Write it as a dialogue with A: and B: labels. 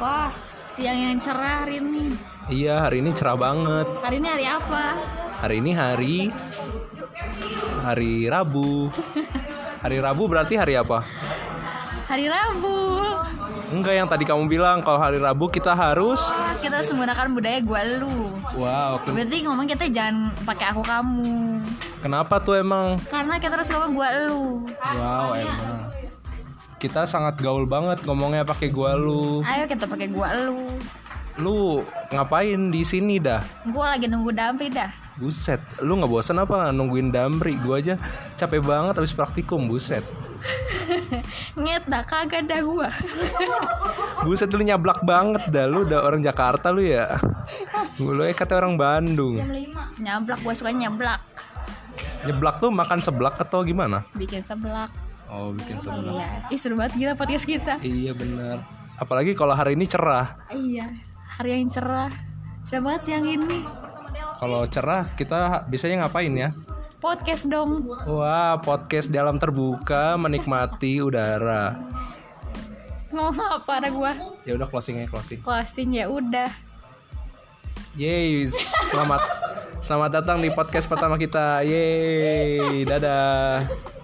A: Wah, siang yang cerah hari ini.
B: Iya, hari ini cerah banget.
A: Hari ini hari apa?
B: Hari ini hari hari Rabu. Hari Rabu berarti hari apa?
A: Hari Rabu.
B: Enggak yang tadi kamu bilang kalau hari Rabu kita harus
A: Wah, kita harus menggunakan budaya gua lu.
B: Wow, ken-
A: Berarti ngomong kita jangan pakai aku kamu.
B: kenapa tuh emang?
A: Karena kita harus ngomong gua lu.
B: Wow, emang. Kita sangat gaul banget ngomongnya pakai gua lu.
A: Ayo kita pakai gua lu.
B: Lu ngapain di sini dah?
A: Gua lagi nunggu Damri dah.
B: Buset, lu nggak bosen apa nungguin Damri? Gua aja capek banget habis praktikum, buset.
A: Nget dah kagak dah gua.
B: Buset lu nyablak banget dah lu udah orang Jakarta lu ya. Lu eh kata orang Bandung.
A: nyablak gua suka nyablak.
B: Nyeblak tuh makan seblak atau gimana?
A: Bikin seblak.
B: Oh, bikin seblak.
A: Iya. Ih seru banget gila podcast kita.
B: Iya benar. Apalagi kalau hari ini cerah.
A: Iya. Hari yang cerah. Cerah banget siang ini.
B: Kalau cerah kita biasanya ngapain ya?
A: Podcast dong.
B: Wah, podcast di alam terbuka menikmati udara.
A: Ngomong apa ada gua?
B: Ya udah closingnya closing.
A: Closing ya udah.
B: Yeay, selamat selamat datang di podcast pertama kita. Yeay, dadah.